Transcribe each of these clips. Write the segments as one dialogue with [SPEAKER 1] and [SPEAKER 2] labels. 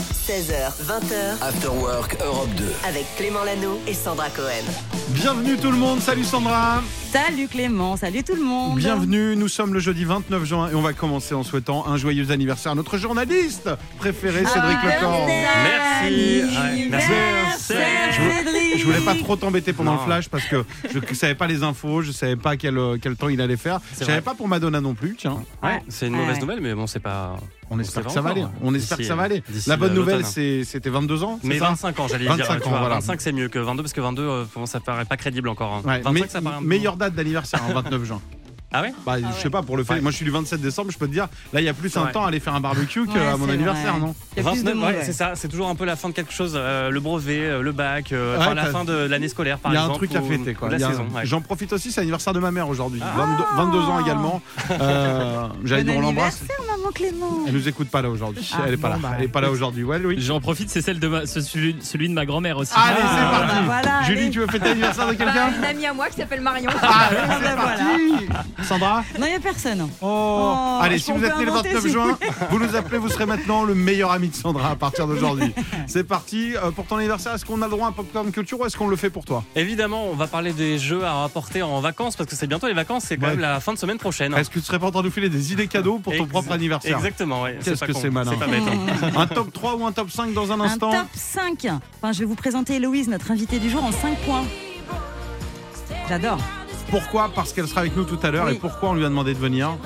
[SPEAKER 1] 16h, 20h,
[SPEAKER 2] After Work Europe 2.
[SPEAKER 1] avec Clément Lano et Sandra Cohen.
[SPEAKER 3] Bienvenue tout le monde, salut Sandra
[SPEAKER 4] Salut Clément, salut tout le monde.
[SPEAKER 3] Bienvenue, nous sommes le jeudi 29 juin et on va commencer en souhaitant un joyeux anniversaire à notre journaliste
[SPEAKER 4] Ah,
[SPEAKER 3] préféré Cédric Lecor.
[SPEAKER 5] Merci. Ouais, merci.
[SPEAKER 4] Anniversaire,
[SPEAKER 3] Je voulais-
[SPEAKER 4] Cédric.
[SPEAKER 3] Je voulais pas trop t'embêter pendant
[SPEAKER 5] Non.
[SPEAKER 3] le flash parce que je savais pas les infos, je savais pas quel, euh, quel temps il allait faire. Je
[SPEAKER 5] C'est
[SPEAKER 3] savais
[SPEAKER 5] vrai.
[SPEAKER 3] pas pour Madonna non plus, tiens.
[SPEAKER 5] Ouais, c'est une mauvaise
[SPEAKER 4] Ouais.
[SPEAKER 5] nouvelle, mais bon, c'est pas.
[SPEAKER 3] On espère
[SPEAKER 5] sait
[SPEAKER 3] que
[SPEAKER 5] pas
[SPEAKER 3] ça va aller.
[SPEAKER 5] encore.
[SPEAKER 3] On espère que
[SPEAKER 5] D'ici,
[SPEAKER 3] ça va
[SPEAKER 5] euh,
[SPEAKER 3] aller.
[SPEAKER 5] d'ici,
[SPEAKER 3] La bonne
[SPEAKER 5] euh,
[SPEAKER 3] nouvelle,
[SPEAKER 5] l'automne.
[SPEAKER 3] c'est- c'était 22 ans. c'est
[SPEAKER 5] Mais
[SPEAKER 3] ça
[SPEAKER 5] 25 ans, j'allais
[SPEAKER 3] 25
[SPEAKER 5] dire. tu
[SPEAKER 3] ans,
[SPEAKER 5] vois,
[SPEAKER 3] voilà.
[SPEAKER 5] 25, c'est mieux que 22, parce que 22, euh, bon, ça paraît pas crédible encore. hein.
[SPEAKER 3] Ouais,
[SPEAKER 5] 25,
[SPEAKER 3] mais-
[SPEAKER 5] ça paraît un peu-
[SPEAKER 3] meilleure date d'anniversaire, en 29 juin.
[SPEAKER 5] Ah ouais
[SPEAKER 3] Bah, je sais pas, pour le fait.
[SPEAKER 5] Ouais.
[SPEAKER 3] Moi, je suis du 27 décembre, je peux te dire, là, il y a plus
[SPEAKER 5] C'est
[SPEAKER 3] un
[SPEAKER 5] vrai.
[SPEAKER 3] temps à aller faire un barbecue
[SPEAKER 4] Ouais,
[SPEAKER 3] qu'à mon
[SPEAKER 4] c'est
[SPEAKER 3] anniversaire,
[SPEAKER 4] vrai.
[SPEAKER 3] non
[SPEAKER 4] Il y a plus de
[SPEAKER 5] 29,
[SPEAKER 4] monde,
[SPEAKER 5] ouais,
[SPEAKER 4] ouais.
[SPEAKER 5] c'est ça, c'est toujours un peu la fin de quelque chose, euh, le brevet, euh, le bac, euh,
[SPEAKER 3] Ouais,
[SPEAKER 5] enfin, la
[SPEAKER 3] t'as-
[SPEAKER 5] fin de l'année scolaire par
[SPEAKER 3] Il y a un
[SPEAKER 5] exemple.
[SPEAKER 3] truc à
[SPEAKER 5] ou-
[SPEAKER 3] fêter quoi.
[SPEAKER 5] ou La
[SPEAKER 3] Il y a un-
[SPEAKER 5] saison. ouais.
[SPEAKER 3] J'en profite aussi, c'est l'anniversaire de ma mère aujourd'hui.
[SPEAKER 5] Ah
[SPEAKER 3] 22, 22 ans également. Euh, J'allais dire on
[SPEAKER 4] Bon
[SPEAKER 3] l'embrasse.
[SPEAKER 4] anniversaire, maman Clément.
[SPEAKER 3] Elle nous écoute pas là aujourd'hui.
[SPEAKER 4] Ah,
[SPEAKER 3] elle est pas
[SPEAKER 4] bon,
[SPEAKER 3] là.
[SPEAKER 4] bah.
[SPEAKER 3] Elle est pas là aujourd'hui. Ouais, Louis.
[SPEAKER 6] J'en profite, c'est celle de ma- ce- celui, celui de ma grand-mère aussi.
[SPEAKER 3] Allez, c'est
[SPEAKER 4] Ah,
[SPEAKER 3] parti.
[SPEAKER 4] bah voilà,
[SPEAKER 3] Julie,
[SPEAKER 4] allez.
[SPEAKER 3] tu veux fêter l'anniversaire de
[SPEAKER 7] Bah,
[SPEAKER 3] quelqu'un
[SPEAKER 7] une amie à moi qui s'appelle Marion.
[SPEAKER 3] Allez,
[SPEAKER 4] Ah,
[SPEAKER 3] c'est
[SPEAKER 4] bah,
[SPEAKER 3] parti. Sandra.
[SPEAKER 4] Non, il n'y a personne.
[SPEAKER 3] Oh.
[SPEAKER 4] Oh,
[SPEAKER 3] Allez,
[SPEAKER 4] est-ce
[SPEAKER 3] si
[SPEAKER 4] qu'on
[SPEAKER 3] vous
[SPEAKER 4] peut
[SPEAKER 3] êtes né le
[SPEAKER 4] inventer,
[SPEAKER 3] 29
[SPEAKER 4] s'il vous
[SPEAKER 3] juin, vous nous appelez, vous serez maintenant le meilleur ami de Sandra à partir d'aujourd'hui. C'est parti. Euh, pour ton anniversaire, est-ce qu'on a le droit à un popcorn culture ou est-ce qu'on le fait pour toi
[SPEAKER 5] Évidemment, on va parler des jeux à rapporter en vacances, parce que c'est bientôt les vacances, c'est quand
[SPEAKER 3] Ouais.
[SPEAKER 5] même la fin de semaine prochaine. hein.
[SPEAKER 3] Est-ce que tu serais pas en train de nous filer des idées cadeaux pour ton
[SPEAKER 5] Ex-
[SPEAKER 3] propre anniversaire
[SPEAKER 5] Exactement, ouais.
[SPEAKER 3] Qu'est-ce
[SPEAKER 5] pas
[SPEAKER 3] que
[SPEAKER 5] con,
[SPEAKER 3] c'est malin.
[SPEAKER 5] C'est pas bête. hein.
[SPEAKER 3] Un top 3 ou un top 5 dans un
[SPEAKER 4] Un
[SPEAKER 3] instant
[SPEAKER 4] top 5. Enfin, je vais vous présenter Héloïse, notre invitée du jour, en 5 points. J'adore.
[SPEAKER 3] Pourquoi Parce qu'elle sera avec nous tout à l'heure
[SPEAKER 4] Oui.
[SPEAKER 3] et pourquoi on lui a demandé de venir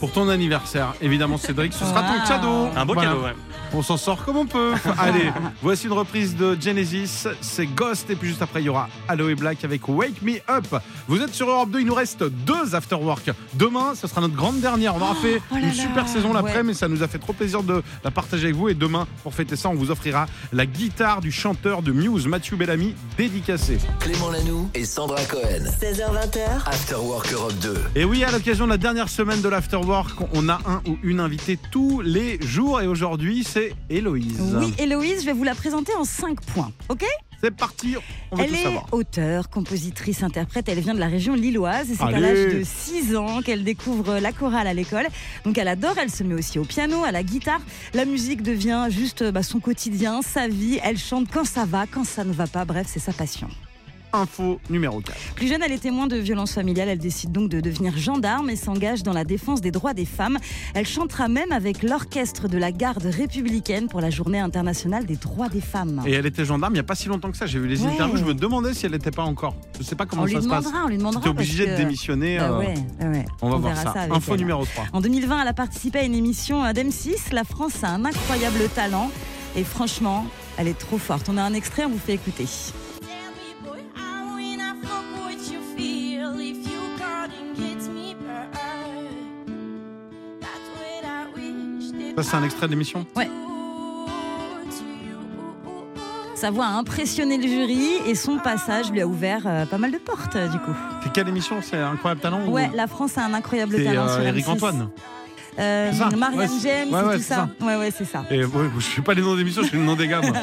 [SPEAKER 3] pour ton anniversaire, évidemment Cédric, ce sera ton
[SPEAKER 4] Wow.
[SPEAKER 3] cadeau.
[SPEAKER 5] Un beau
[SPEAKER 3] Voilà.
[SPEAKER 5] cadeau, ouais.
[SPEAKER 3] On s'en sort comme on peut. Allez, voici une reprise de Genesis, c'est Ghost et puis juste après il y aura Aloe Black avec Wake Me Up. Vous êtes sur Europe 2, il nous reste deux after work. Demain, ce sera notre grande dernière. On aura fait
[SPEAKER 4] oh là
[SPEAKER 3] une
[SPEAKER 4] là,
[SPEAKER 3] super saison l'après,
[SPEAKER 4] ouais.
[SPEAKER 3] mais ça nous a fait trop plaisir de la partager avec vous. Et demain, pour fêter ça, on vous offrira la guitare du chanteur de Muse, Mathieu Bellamy, dédicacée.
[SPEAKER 2] Clément Lanoux et Sandra Cohen.
[SPEAKER 1] 16h, 20h,
[SPEAKER 2] After Work Europe 2.
[SPEAKER 3] Et oui, à l'occasion de la dernière semaine de l'Afterwork, on a un ou une invitée tous les jours. Et aujourd'hui, c'est Héloïse.
[SPEAKER 4] Oui, Héloïse, je vais vous la présenter en 5 points. OK
[SPEAKER 3] C'est parti, on veut
[SPEAKER 4] elle
[SPEAKER 3] tout
[SPEAKER 4] est
[SPEAKER 3] savoir.
[SPEAKER 4] auteure, compositrice, interprète. Elle vient de la région lilloise. et C'est à
[SPEAKER 3] Allez.
[SPEAKER 4] l'âge de 6 ans qu'elle découvre la chorale à l'école. Donc elle adore, elle se met aussi au piano, à la guitare. La musique devient juste bah, son quotidien, sa vie. Elle chante quand ça va, quand ça ne va pas. Bref, c'est sa passion.
[SPEAKER 3] Info numéro 4.
[SPEAKER 4] Plus jeune, elle est témoin de violences familiales. Elle décide donc de devenir gendarme et s'engage dans la défense des droits des femmes. Elle chantera même avec l'orchestre de la garde républicaine pour la journée internationale des droits des femmes.
[SPEAKER 3] Et elle était gendarme il n'y a pas si longtemps que ça. J'ai vu les
[SPEAKER 4] Ouais.
[SPEAKER 3] interviews, je me demandais si elle n'était pas encore. Je sais pas comment
[SPEAKER 4] on
[SPEAKER 3] ça
[SPEAKER 4] lui
[SPEAKER 3] se passe.
[SPEAKER 4] demandera, on lui demandera.
[SPEAKER 3] T'es obligé
[SPEAKER 4] parce
[SPEAKER 3] de
[SPEAKER 4] que-
[SPEAKER 3] démissionner.
[SPEAKER 4] Bah
[SPEAKER 3] euh,
[SPEAKER 4] ouais, ouais, ouais.
[SPEAKER 3] On va voir
[SPEAKER 4] verra
[SPEAKER 3] ça.
[SPEAKER 4] avec
[SPEAKER 3] Info
[SPEAKER 4] elle.
[SPEAKER 3] numéro 3.
[SPEAKER 4] En 2020, elle a participé à une émission euh, d'M6. La France a un incroyable talent. Et franchement, elle est trop forte. On a un extrait, on vous fait écouter.
[SPEAKER 8] Tell me, boy, how when I fuck what you feel if you got and get me back. That's what I wish that
[SPEAKER 3] Ça, c'est un extrait de l'émission
[SPEAKER 8] I
[SPEAKER 4] Ouais.
[SPEAKER 8] do to you.
[SPEAKER 4] Sa voix a impressionné le jury et son passage lui a ouvert euh, pas mal de portes, euh, du coup.
[SPEAKER 3] C'est quelle émission C'est Incroyable Talent ou-
[SPEAKER 4] Ouais, la France a un incroyable
[SPEAKER 3] C'est
[SPEAKER 4] talent.
[SPEAKER 3] euh,
[SPEAKER 4] sur
[SPEAKER 3] Eric
[SPEAKER 4] M6.
[SPEAKER 3] Antoine.
[SPEAKER 4] Euh,
[SPEAKER 3] C'est ça.
[SPEAKER 4] Marianne
[SPEAKER 3] Ouais, c'est-
[SPEAKER 4] James,
[SPEAKER 3] ouais,
[SPEAKER 4] et
[SPEAKER 3] ouais,
[SPEAKER 4] tout
[SPEAKER 3] c'est
[SPEAKER 4] ça. Ouais, ouais, c'est ça.
[SPEAKER 3] Et ouais, je fais pas les noms d'émissions, je fais les noms des gars. moi.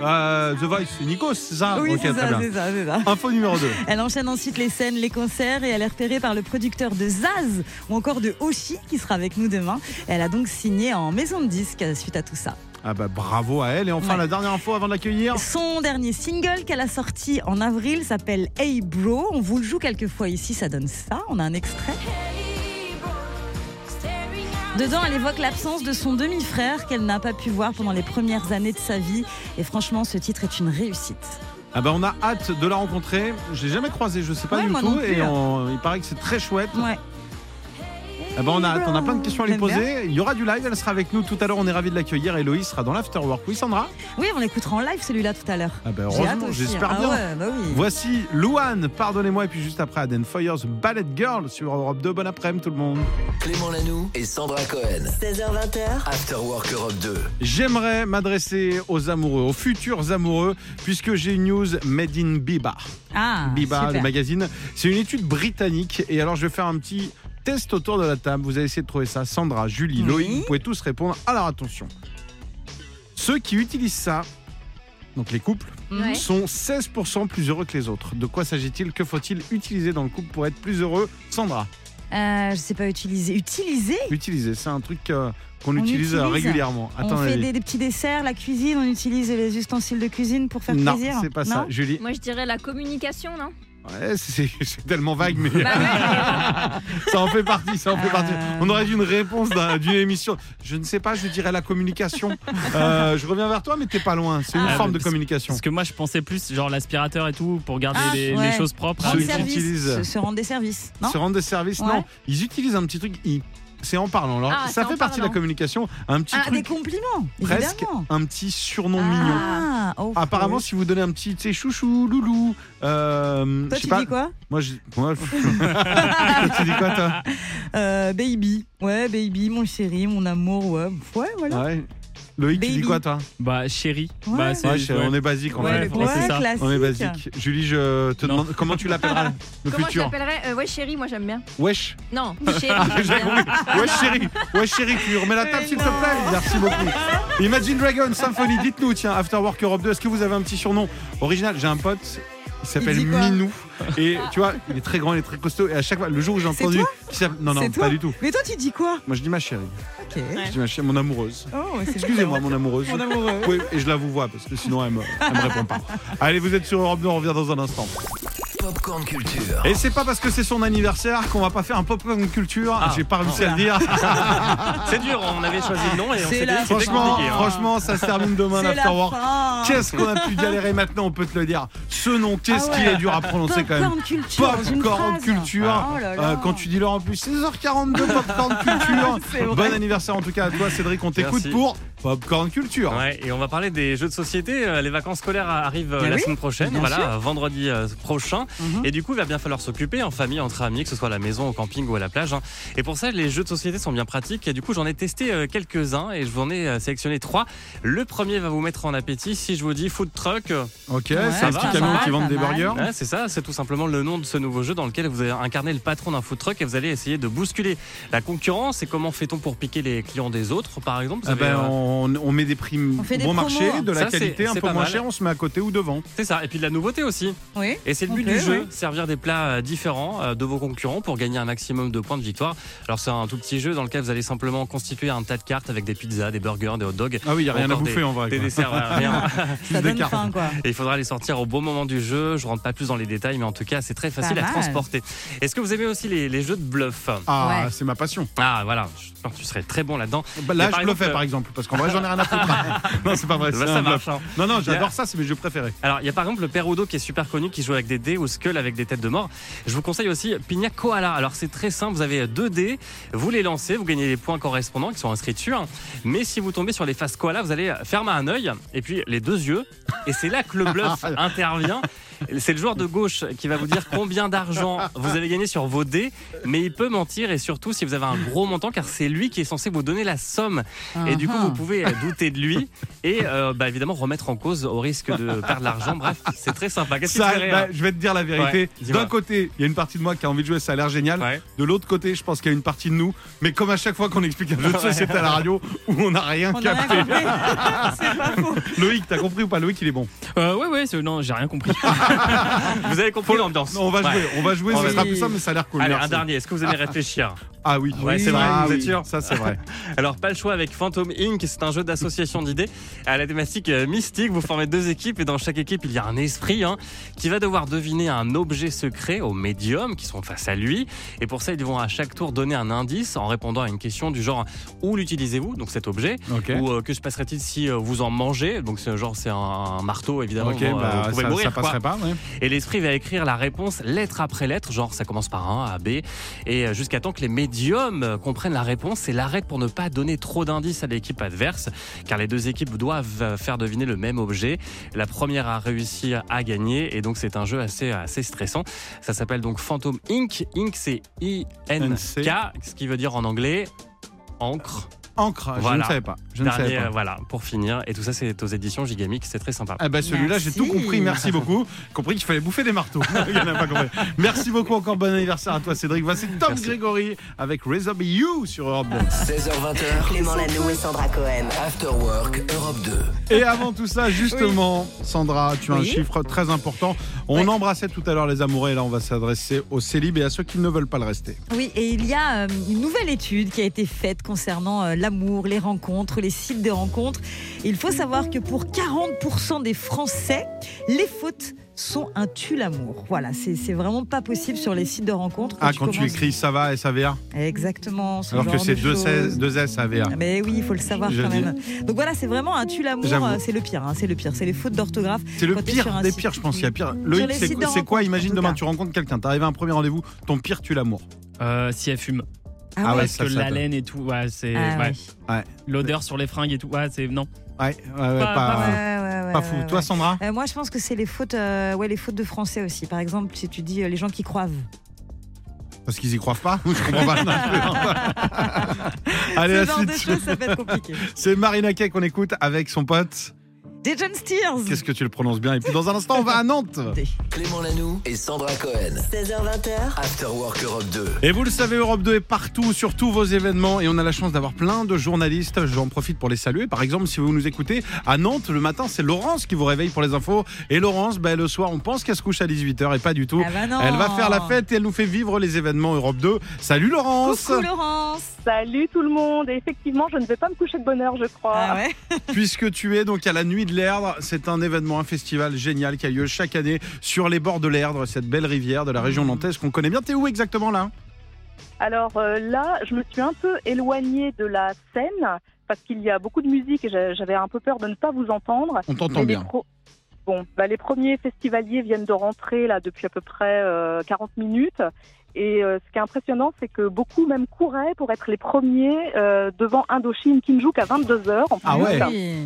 [SPEAKER 3] Euh, The Voice, c'est Nikos, c'est ça
[SPEAKER 4] Oui,
[SPEAKER 3] Ok,
[SPEAKER 4] c'est
[SPEAKER 3] très
[SPEAKER 4] ça,
[SPEAKER 3] bien.
[SPEAKER 4] c'est ça, c'est ça.
[SPEAKER 3] Info numéro 2.
[SPEAKER 4] Elle enchaîne ensuite les scènes, les concerts et elle est repérée par le producteur de Zaz ou encore de Oshi qui sera avec nous demain. Elle a donc signé en maison de disques euh, suite à tout ça.
[SPEAKER 3] Ah bah bravo à elle. Et enfin,
[SPEAKER 4] Ouais.
[SPEAKER 3] la dernière info avant de l'accueillir.
[SPEAKER 4] Son dernier single qu'elle a sorti en avril s'appelle Hey Bro. On vous le joue quelques fois ici, ça donne ça. On a un extrait.
[SPEAKER 8] Hey, boy, staring out
[SPEAKER 4] Dedans, elle évoque l'absence de son demi-frère qu'elle n'a pas pu voir pendant les premières années de sa vie. Et franchement, ce titre est une réussite.
[SPEAKER 3] Ah bah on a hâte de la rencontrer. Je l'ai jamais croisée, je sais pas
[SPEAKER 4] Ouais,
[SPEAKER 3] du
[SPEAKER 4] moi
[SPEAKER 3] tout.
[SPEAKER 4] non plus. hein.
[SPEAKER 3] Et on- il paraît que c'est très chouette.
[SPEAKER 4] Ouais.
[SPEAKER 3] Ah bah on, a, on a plein de questions à lui
[SPEAKER 4] J'aime bien.
[SPEAKER 3] poser. Il y aura du live, elle sera avec nous tout à l'heure. On est ravis de l'accueillir. Héloïse sera dans l'afterwork. Oui, Sandra
[SPEAKER 4] Oui, on l'écoutera en live celui-là tout à l'heure.
[SPEAKER 3] Ah bah
[SPEAKER 4] J'ai hâte
[SPEAKER 3] heureusement,
[SPEAKER 4] aussi.
[SPEAKER 3] j'espère
[SPEAKER 4] Ah
[SPEAKER 3] bien.
[SPEAKER 4] ouais, bah oui.
[SPEAKER 3] Voici Louane, pardonnez-moi. Et puis juste après, Aden Foyers, Ballet Girl sur Europe 2. Bon après-midi tout le monde.
[SPEAKER 2] Clément Lanoux et Sandra Cohen.
[SPEAKER 1] 16h, 20h,
[SPEAKER 2] After Work Europe 2.
[SPEAKER 3] J'aimerais m'adresser aux amoureux, aux futurs amoureux, puisque j'ai une news made in Biba.
[SPEAKER 4] Ah,
[SPEAKER 3] Biba, le
[SPEAKER 4] super.
[SPEAKER 3] magazine. C'est une étude britannique. Et alors, je vais faire un petit test autour de la table. Vous allez essayer de trouver ça. Sandra, Julie,
[SPEAKER 4] Oui.
[SPEAKER 3] Loïc, vous pouvez tous répondre. Alors, attention. Ceux qui utilisent ça, donc les couples,
[SPEAKER 7] Ouais.
[SPEAKER 3] sont 16% plus heureux que les autres. De quoi s'agit-il Que faut-il utiliser dans le couple pour être plus heureux Sandra
[SPEAKER 4] Euh, je sais pas utiliser. Utiliser
[SPEAKER 3] Utiliser, c'est un truc euh, qu'on
[SPEAKER 4] On
[SPEAKER 3] utilise, euh,
[SPEAKER 4] utilise.
[SPEAKER 3] régulièrement.
[SPEAKER 4] On
[SPEAKER 3] Attends,
[SPEAKER 4] fait
[SPEAKER 3] Nathalie.
[SPEAKER 4] des, des petits desserts, la cuisine, on utilise les ustensiles de cuisine pour faire
[SPEAKER 3] non,
[SPEAKER 4] plaisir.
[SPEAKER 3] c'est pas ça.
[SPEAKER 4] Non
[SPEAKER 3] Julie,
[SPEAKER 7] Moi, je dirais la communication, non
[SPEAKER 3] ouais, c'est c'est tellement vague, mais
[SPEAKER 7] Bah ouais.
[SPEAKER 3] ça en fait partie. Ça en fait partie.
[SPEAKER 4] Euh.
[SPEAKER 3] On aurait dû une réponse d'un- d'une émission. Je ne sais pas, je dirais la communication. Euh, je reviens vers toi, mais t'es pas loin. C'est une
[SPEAKER 6] Ah.
[SPEAKER 3] forme de
[SPEAKER 6] Parce-
[SPEAKER 3] communication.
[SPEAKER 6] Parce que moi, je pensais plus genre l'aspirateur et tout pour garder
[SPEAKER 4] Ah,
[SPEAKER 6] les,
[SPEAKER 4] ouais.
[SPEAKER 6] les choses propres.
[SPEAKER 3] Ceux
[SPEAKER 4] Rendre
[SPEAKER 3] qui
[SPEAKER 4] service,
[SPEAKER 3] utilisent-
[SPEAKER 4] se, se rendre des services. Non
[SPEAKER 3] se rendre des services.
[SPEAKER 4] Ouais.
[SPEAKER 3] Non, ils utilisent un petit truc. ils- C'est en parlant. Alors,
[SPEAKER 7] Ah,
[SPEAKER 3] ça
[SPEAKER 7] c'est en
[SPEAKER 3] fait partie de la
[SPEAKER 7] parlant.
[SPEAKER 3] communication. Un petit
[SPEAKER 4] Ah, des
[SPEAKER 3] truc,
[SPEAKER 4] compliments,
[SPEAKER 3] presque
[SPEAKER 4] évidemment.
[SPEAKER 3] un petit surnom
[SPEAKER 7] Ah.
[SPEAKER 3] mignon.
[SPEAKER 4] Ah, oh,
[SPEAKER 3] Apparemment,
[SPEAKER 4] cool.
[SPEAKER 3] si vous donnez un petit, tu sais, chouchou, loulou, euh, je
[SPEAKER 4] Toi,
[SPEAKER 3] sais
[SPEAKER 4] tu
[SPEAKER 3] pas,
[SPEAKER 4] dis quoi
[SPEAKER 3] moi, je, moi, je- Toi, tu dis quoi, toi
[SPEAKER 4] Euh, Baby. Ouais, baby, mon chéri, mon amour, ouais. Ouais, voilà.
[SPEAKER 3] Ouais. Loïc, tu dis
[SPEAKER 4] Baby.
[SPEAKER 3] quoi, toi
[SPEAKER 6] Bah, chérie.
[SPEAKER 4] Ouais.
[SPEAKER 6] Bah, c'est
[SPEAKER 3] Ouais, je-
[SPEAKER 6] ouais.
[SPEAKER 3] On est basique, en fait.
[SPEAKER 6] Ouais, le- ouais, c'est ça.
[SPEAKER 4] classique.
[SPEAKER 3] On est basique. Julie, je te
[SPEAKER 6] Non.
[SPEAKER 3] demande comment tu l'appelleras le
[SPEAKER 7] Comment je
[SPEAKER 3] futur.
[SPEAKER 7] l'appellerais Euh, Ouais, chérie, moi j'aime bien.
[SPEAKER 3] Wesh.
[SPEAKER 7] Non, chérie. j'aime bien.
[SPEAKER 3] Wesh chérie. Wesh chérie, tu remets la table s'il te plaît. Merci beaucoup. Imagine Dragon Symphony, dites-nous, tiens, After Work Europe 2, est-ce que vous avez un petit surnom original J'ai un pote. Il s'appelle
[SPEAKER 4] dit quoi
[SPEAKER 3] Minou et tu vois, il est très grand, il est très costaud et à chaque fois, le jour où j'ai
[SPEAKER 4] C'est
[SPEAKER 3] entendu,
[SPEAKER 4] toi
[SPEAKER 3] qu'il s'appelle- non non,
[SPEAKER 4] C'est toi
[SPEAKER 3] pas du tout.
[SPEAKER 4] Mais toi, tu dis quoi
[SPEAKER 3] Moi je dis ma chérie,
[SPEAKER 4] Ok.
[SPEAKER 3] je dis ma chérie, mon amoureuse.
[SPEAKER 4] Oh, c'est
[SPEAKER 3] Excusez-moi mon amoureuse.
[SPEAKER 4] Mon amoureux.
[SPEAKER 3] Oui, et je la vous vois parce que sinon elle me, elle me répond pas. Allez, vous êtes sur Europe 2, on revient dans un instant.
[SPEAKER 2] Popcorn Culture.
[SPEAKER 3] Et c'est pas parce que c'est son anniversaire qu'on va pas faire un pop-up culture.
[SPEAKER 5] Ah.
[SPEAKER 3] J'ai pas réussi à le dire.
[SPEAKER 5] C'est dur, on avait choisi le nom et on
[SPEAKER 4] C'est
[SPEAKER 5] s'est dit
[SPEAKER 4] la
[SPEAKER 5] c'était
[SPEAKER 3] franchement,
[SPEAKER 5] compliqué, hein.
[SPEAKER 3] franchement, ça se termine demain
[SPEAKER 4] C'est la
[SPEAKER 3] l'After Work.
[SPEAKER 4] fin.
[SPEAKER 3] Qu'est-ce qu'on a pu galérer maintenant, on peut te le dire. Ce nom, qu'est-ce
[SPEAKER 4] Ah ouais.
[SPEAKER 3] qu'il est dur à prononcer quand même.
[SPEAKER 4] Popcorn culture. dans une
[SPEAKER 3] Popcorn
[SPEAKER 4] phrase.
[SPEAKER 3] Culture.
[SPEAKER 4] Oh là là.
[SPEAKER 3] Euh, quand tu dis l'heure en plus, 16h42, Popcorn Culture.
[SPEAKER 4] C'est vrai.
[SPEAKER 3] Bon anniversaire en tout cas à toi, Cédric. On t'écoute
[SPEAKER 5] Merci.
[SPEAKER 3] pour Popcorn Culture.
[SPEAKER 5] Ouais, et on va parler des jeux de société. Euh, Les vacances scolaires arrivent euh,
[SPEAKER 4] Ah
[SPEAKER 5] la
[SPEAKER 4] oui,
[SPEAKER 5] semaine prochaine,
[SPEAKER 4] bien
[SPEAKER 5] voilà,
[SPEAKER 4] sûr.
[SPEAKER 5] euh, vendredi euh, prochain.
[SPEAKER 4] Mhm.
[SPEAKER 5] Et du coup, il va bien falloir s'occuper en famille, entre amis, que ce soit à la maison, au camping ou à la plage. hein. Et pour ça, les jeux de société sont bien pratiques. Et du coup, j'en ai testé euh, quelques-uns et je vous en ai euh, sélectionné trois. Le premier va vous mettre en appétit si je vous dis food truck. euh,
[SPEAKER 3] Ok,
[SPEAKER 4] Ouais,
[SPEAKER 3] c'est un
[SPEAKER 5] ça
[SPEAKER 3] petit
[SPEAKER 5] va,
[SPEAKER 3] camion
[SPEAKER 4] ça va,
[SPEAKER 3] qui vend
[SPEAKER 4] pas
[SPEAKER 3] des
[SPEAKER 4] mal.
[SPEAKER 3] burgers. Ah
[SPEAKER 5] Ouais, c'est ça, c'est tout simplement le nom de ce nouveau jeu dans lequel vous allez incarner le patron d'un food truck et vous allez essayer de bousculer la concurrence. Et comment fait-on pour piquer les clients des autres, par exemple Vous
[SPEAKER 3] Ah
[SPEAKER 5] avez,
[SPEAKER 3] ben,
[SPEAKER 5] euh,
[SPEAKER 3] on, on met des primes
[SPEAKER 4] On fait des
[SPEAKER 3] bon
[SPEAKER 4] promos,
[SPEAKER 3] marché,
[SPEAKER 4] hein.
[SPEAKER 3] de la
[SPEAKER 5] Ça, c'est-
[SPEAKER 3] qualité, un
[SPEAKER 5] c'est
[SPEAKER 3] peu
[SPEAKER 5] pas
[SPEAKER 3] moins
[SPEAKER 5] mal.
[SPEAKER 3] cher, on se met à côté ou devant.
[SPEAKER 5] C'est ça. Et puis de la nouveauté aussi.
[SPEAKER 4] Oui.
[SPEAKER 5] Et c'est le but
[SPEAKER 4] Ok,
[SPEAKER 5] du jeu,
[SPEAKER 4] ouais.
[SPEAKER 5] servir des plats euh, différents euh, de vos concurrents pour gagner un maximum de points de victoire. Alors c'est un tout petit jeu dans lequel vous allez simplement constituer un tas de cartes avec des pizzas, des burgers, des hot dogs,
[SPEAKER 3] Ah oui, il a rien à
[SPEAKER 5] Encore
[SPEAKER 3] bouffer
[SPEAKER 5] des-
[SPEAKER 3] en vrai.
[SPEAKER 5] des
[SPEAKER 3] quoi.
[SPEAKER 5] desserts, voilà, rien.
[SPEAKER 4] Ça
[SPEAKER 3] des
[SPEAKER 4] donne
[SPEAKER 3] cartes.
[SPEAKER 4] faim, quoi.
[SPEAKER 5] Et il faudra les sortir au bon moment du jeu. Je rentre pas plus dans les détails, mais en tout cas c'est très facile
[SPEAKER 4] Pas
[SPEAKER 5] à
[SPEAKER 4] mal.
[SPEAKER 5] transporter. Est-ce que vous aimez aussi les, les jeux de bluff
[SPEAKER 3] Ah,
[SPEAKER 4] Ouais.
[SPEAKER 3] c'est ma passion.
[SPEAKER 5] Ah voilà, je pense que tu serais très bon là-dedans.
[SPEAKER 3] Bah, là,
[SPEAKER 5] Mais par
[SPEAKER 3] je le fais
[SPEAKER 5] exemple,
[SPEAKER 3] par exemple, parce qu'en vrai, j'en ai rien à foutre. non, c'est pas vrai.
[SPEAKER 5] Bah,
[SPEAKER 3] Ah c'est
[SPEAKER 5] ça
[SPEAKER 3] un bluff.
[SPEAKER 5] marche. hein.
[SPEAKER 3] Non, non, j'adore ça, c'est mes jeux préférés.
[SPEAKER 5] Alors, il y a par exemple le Perudo qui est super connu, qui joue avec des dés ou Skull avec des têtes de mort. Je vous conseille aussi Pina Koala. Alors, c'est très simple, vous avez deux dés, vous les lancez, vous gagnez les points correspondants qui sont inscrits dessus. hein. Mais si vous tombez sur les faces Koala, vous allez fermer un œil et puis les deux yeux. Et c'est là que le bluff intervient. C'est le joueur de gauche qui va vous dire combien d'argent vous avez gagné sur vos dés, mais il peut mentir et surtout si vous avez un gros montant, car c'est lui qui est censé vous donner la somme. Et du coup,
[SPEAKER 4] Ah, ah.
[SPEAKER 5] vous pouvez douter de lui et euh, bah, évidemment remettre en cause au risque de perdre l'argent. Bref, c'est très sympa. Qu'est-ce que
[SPEAKER 3] Ça,
[SPEAKER 5] tu ferais,
[SPEAKER 3] bah,
[SPEAKER 5] hein
[SPEAKER 3] je vais te dire la vérité.
[SPEAKER 5] Ouais, dis-moi.
[SPEAKER 3] D'un côté, il y a une partie de moi qui a envie de jouer, ça a l'air génial.
[SPEAKER 4] bah,
[SPEAKER 5] Ouais.
[SPEAKER 3] De l'autre côté, je pense qu'il y a une partie de nous. Mais comme à chaque fois qu'on explique un jeu de société à la radio, où on n'a rien
[SPEAKER 4] On en a
[SPEAKER 3] capté.
[SPEAKER 4] compris. C'est pas faux.
[SPEAKER 3] Loïc, t'as compris ou pas Loïc, il est bon.
[SPEAKER 6] Euh, ouais, ouais, c'est- non, j'ai rien compris.
[SPEAKER 5] Vous avez compris l'ambiance.
[SPEAKER 3] Non, Ah. on va
[SPEAKER 5] Ouais.
[SPEAKER 3] jouer, on va jouer,
[SPEAKER 5] On
[SPEAKER 3] ça
[SPEAKER 5] va
[SPEAKER 3] sera
[SPEAKER 4] jouer.
[SPEAKER 3] plus simple, mais ça a l'air cool.
[SPEAKER 5] Allez,
[SPEAKER 3] merci.
[SPEAKER 5] un dernier. Est-ce que vous allez réfléchir
[SPEAKER 3] Ah oui,
[SPEAKER 5] Ouais, c'est vrai,
[SPEAKER 3] Ah
[SPEAKER 5] vous
[SPEAKER 3] oui,
[SPEAKER 5] êtes sûr
[SPEAKER 3] Ça, c'est vrai.
[SPEAKER 5] Alors, pas le choix avec Phantom Inc. C'est un jeu d'association d'idées à la thématique euh, mystique. Vous formez deux équipes et dans chaque équipe, il y a un esprit hein, qui va devoir deviner un objet secret au médium qui sont face à lui. Et pour ça, ils vont à chaque tour donner un indice en répondant à une question du genre où l'utilisez-vous, donc cet objet,
[SPEAKER 3] Ok.
[SPEAKER 5] ou euh, que se passerait-il si euh, vous en mangez Donc, c'est genre, c'est un, un marteau évidemment.
[SPEAKER 3] Ok,
[SPEAKER 5] bon, euh,
[SPEAKER 3] bah,
[SPEAKER 5] vous pouvez
[SPEAKER 3] ça,
[SPEAKER 5] mourir,
[SPEAKER 3] ça
[SPEAKER 5] quoi.
[SPEAKER 3] passerait pas. ouais.
[SPEAKER 5] Et l'esprit va écrire la réponse lettre après lettre, genre ça commence par un, A, B, et euh, jusqu'à temps que les médiums euh, comprennent la réponse et l'arrêtent pour ne pas donner trop d'indices à l'équipe adverse, car les deux équipes doivent euh, faire deviner le même objet. La première à réussir à gagner, et donc c'est un jeu assez, assez stressant. Ça s'appelle donc Phantom Inc. Inc, c'est I-N-K,
[SPEAKER 3] N-C.
[SPEAKER 5] ce qui veut dire en anglais encre.
[SPEAKER 3] Encre. Je
[SPEAKER 5] Voilà.
[SPEAKER 3] ne savais pas. Je ne savais
[SPEAKER 5] Dernier,
[SPEAKER 3] pas.
[SPEAKER 5] euh, voilà, pour finir. Et tout ça, c'est aux éditions Gigamic, c'est très sympa.
[SPEAKER 3] Ah bah celui-là, j'ai
[SPEAKER 4] Merci.
[SPEAKER 3] tout compris. Merci beaucoup. compris qu'il fallait bouffer des marteaux. Il y en a pas compris. Merci beaucoup encore. Bon anniversaire à toi, Cédric. Voici Tom Grégory avec Raise Up You sur Europe 2.
[SPEAKER 2] 16h20h,
[SPEAKER 1] Clément Lanou et Sandra Cohen.
[SPEAKER 2] After Work Europe 2.
[SPEAKER 3] Et avant tout ça, justement, Sandra, tu as un chiffre très important. On embrassait tout à l'heure les amoureux et là, on va s'adresser aux célibes et à ceux qui ne veulent pas le rester.
[SPEAKER 4] Oui, et il y a euh, une nouvelle étude qui a été faite concernant euh, l'amour, les rencontres, les sites de rencontres. Et il faut savoir que pour 40% des Français, les fautes sont un tue-l'amour. Voilà, c'est c'est vraiment pas possible sur les sites de rencontres.
[SPEAKER 3] Ah, quand tu
[SPEAKER 4] commences-
[SPEAKER 3] écris ça va, SAVA
[SPEAKER 4] Exactement. ce
[SPEAKER 3] Alors que
[SPEAKER 4] genre
[SPEAKER 3] c'est
[SPEAKER 4] de
[SPEAKER 3] 2
[SPEAKER 4] choses. Ah,
[SPEAKER 3] S, 2 S, SAVA.
[SPEAKER 4] Mais oui, il faut le savoir
[SPEAKER 3] Je
[SPEAKER 4] quand
[SPEAKER 3] dis.
[SPEAKER 4] même. Donc voilà, c'est vraiment un tue-l'amour.
[SPEAKER 3] J'avoue.
[SPEAKER 4] euh, C'est le pire, hein, c'est le pire. C'est les fautes d'orthographe.
[SPEAKER 3] C'est le
[SPEAKER 4] Quand t'es sur
[SPEAKER 3] pire
[SPEAKER 4] un
[SPEAKER 3] des
[SPEAKER 4] site.
[SPEAKER 3] pires, je pense. Il y a pire. Loïc,
[SPEAKER 4] les
[SPEAKER 3] c'est
[SPEAKER 4] sites de
[SPEAKER 3] c'est quoi
[SPEAKER 4] rencontre,
[SPEAKER 3] Imagine
[SPEAKER 4] en tout
[SPEAKER 3] demain,
[SPEAKER 4] cas.
[SPEAKER 3] tu rencontres quelqu'un, t'arrives à un premier rendez-vous, ton pire tue l'amour.
[SPEAKER 6] Euh, si elle fume.
[SPEAKER 3] Ah ouais,
[SPEAKER 6] Parce
[SPEAKER 3] ça,
[SPEAKER 6] que
[SPEAKER 3] ça,
[SPEAKER 6] l'haleine et tout, ouais, c'est.
[SPEAKER 4] Ah
[SPEAKER 6] ouais.
[SPEAKER 4] ouais.
[SPEAKER 6] L'odeur sur les fringues et tout, ouais, c'est. Non.
[SPEAKER 3] Ouais, ouais, ouais, pas,
[SPEAKER 6] Pas- pas
[SPEAKER 4] Ouais, ouais, ouais,
[SPEAKER 3] Ah. pas fou.
[SPEAKER 4] ouais,
[SPEAKER 3] Toi,
[SPEAKER 4] ouais.
[SPEAKER 3] Sandra
[SPEAKER 4] Euh, moi, je pense que c'est les fautes, euh, ouais, les fautes de français aussi. Par exemple, si tu dis euh, les gens qui croivent.
[SPEAKER 3] Parce qu'ils y croient pas Je comprends pas. non plus. Allez,
[SPEAKER 4] Ce
[SPEAKER 3] la
[SPEAKER 4] genre de
[SPEAKER 3] suite.
[SPEAKER 4] choses, ça peut être compliqué.
[SPEAKER 3] C'est Marina Kay qu'on écoute avec son pote.
[SPEAKER 4] Des John Steers.
[SPEAKER 3] Qu'est-ce que tu le prononces bien Et puis, dans un instant, on va à Nantes.
[SPEAKER 2] Clément Lanoux et Sandra Cohen.
[SPEAKER 1] 16h, 20h,
[SPEAKER 2] After Work Europe 2.
[SPEAKER 3] Et vous le savez, Europe 2 est partout sur tous vos événements et on a la chance d'avoir plein de journalistes. J'en profite pour les saluer. Par exemple, si vous nous écoutez à Nantes le matin, c'est Laurence qui vous réveille pour les infos. Et Laurence, ben, le soir, on pense qu'elle se couche à 18h et pas du tout.
[SPEAKER 4] Ah bah non.
[SPEAKER 3] Elle va faire la fête et elle nous fait vivre les événements Europe 2. Salut Laurence
[SPEAKER 4] Coucou Laurence.
[SPEAKER 9] Salut tout le monde. Et effectivement, je ne vais pas me coucher de bonne heure, je crois.
[SPEAKER 4] Ah ouais.
[SPEAKER 3] Puisque tu es donc à la Nuit de l'Erdre, c'est un événement, un festival génial qui a lieu chaque année sur les bords de l'Erdre, cette belle rivière de la région nantaise qu'on connaît bien. T'es où exactement là
[SPEAKER 9] Alors euh, là, je me suis un peu éloignée de la scène parce qu'il y a beaucoup de musique et j'a- j'avais un peu peur de ne pas vous entendre.
[SPEAKER 3] On t'entend
[SPEAKER 9] Mais les
[SPEAKER 3] bien.
[SPEAKER 9] pro- Bon, bah, les premiers festivaliers viennent de rentrer là depuis à peu près euh, 40 minutes. Et euh, ce qui est impressionnant, c'est que beaucoup même couraient pour être les premiers euh, devant Indochine Kinjuk à 22h.
[SPEAKER 3] Ah ouais.
[SPEAKER 4] Oui.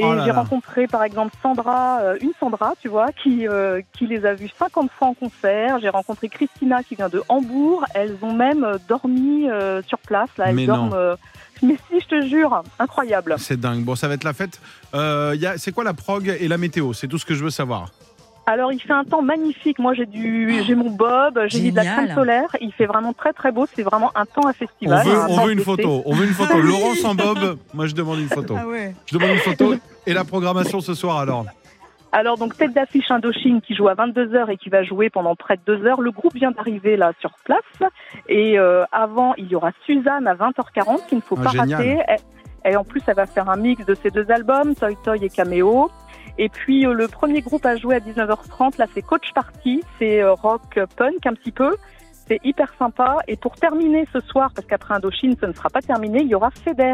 [SPEAKER 9] Et
[SPEAKER 3] Oh là
[SPEAKER 9] j'ai
[SPEAKER 3] là.
[SPEAKER 9] rencontré par exemple Sandra, euh, une Sandra, tu vois, qui, euh, qui les a vus 50 fois en concert. J'ai rencontré Christina qui vient de Hambourg. Elles ont même euh, dormi euh, sur place. Là, elles
[SPEAKER 3] Mais
[SPEAKER 9] dorment.
[SPEAKER 3] non.
[SPEAKER 9] euh, mais si, je te jure, incroyable.
[SPEAKER 3] C'est dingue. Bon, ça va être la fête. Euh, y a- c'est quoi la prog et la météo C'est tout ce que je veux savoir.
[SPEAKER 9] Alors, il fait un temps magnifique. Moi, j'ai du, j'ai mon bob, j'ai mis de la
[SPEAKER 4] Génial.
[SPEAKER 9] crème solaire. Il fait vraiment très très beau. C'est vraiment un temps à
[SPEAKER 3] On
[SPEAKER 9] festival.
[SPEAKER 3] veut,
[SPEAKER 9] un
[SPEAKER 3] on
[SPEAKER 9] temps
[SPEAKER 3] veut une
[SPEAKER 9] d'été.
[SPEAKER 3] photo. On veut une photo.
[SPEAKER 4] Ah oui.
[SPEAKER 3] Laurence en bob. Moi, je demande une photo.
[SPEAKER 4] Ah ouais.
[SPEAKER 3] Je demande une photo. Et la programmation ce soir alors
[SPEAKER 9] Alors, donc, tête d'affiche Indochine qui joue à 22h et qui va jouer pendant près de deux heures. Le groupe vient d'arriver là sur place. Et euh, avant, il y aura Suzanne à 20h40 qu'il ne faut
[SPEAKER 3] Ah,
[SPEAKER 9] pas
[SPEAKER 3] génial.
[SPEAKER 9] rater. Et, et en plus, elle va faire un mix de ces deux albums, Toy Toy et Cameo. Et puis, euh, le premier groupe à jouer à 19h30, là, c'est Coach Party. C'est euh, rock euh, punk un petit peu. C'est hyper sympa. Et pour terminer ce soir, parce qu'après Indochine, ce ne sera pas terminé, il y aura Feder.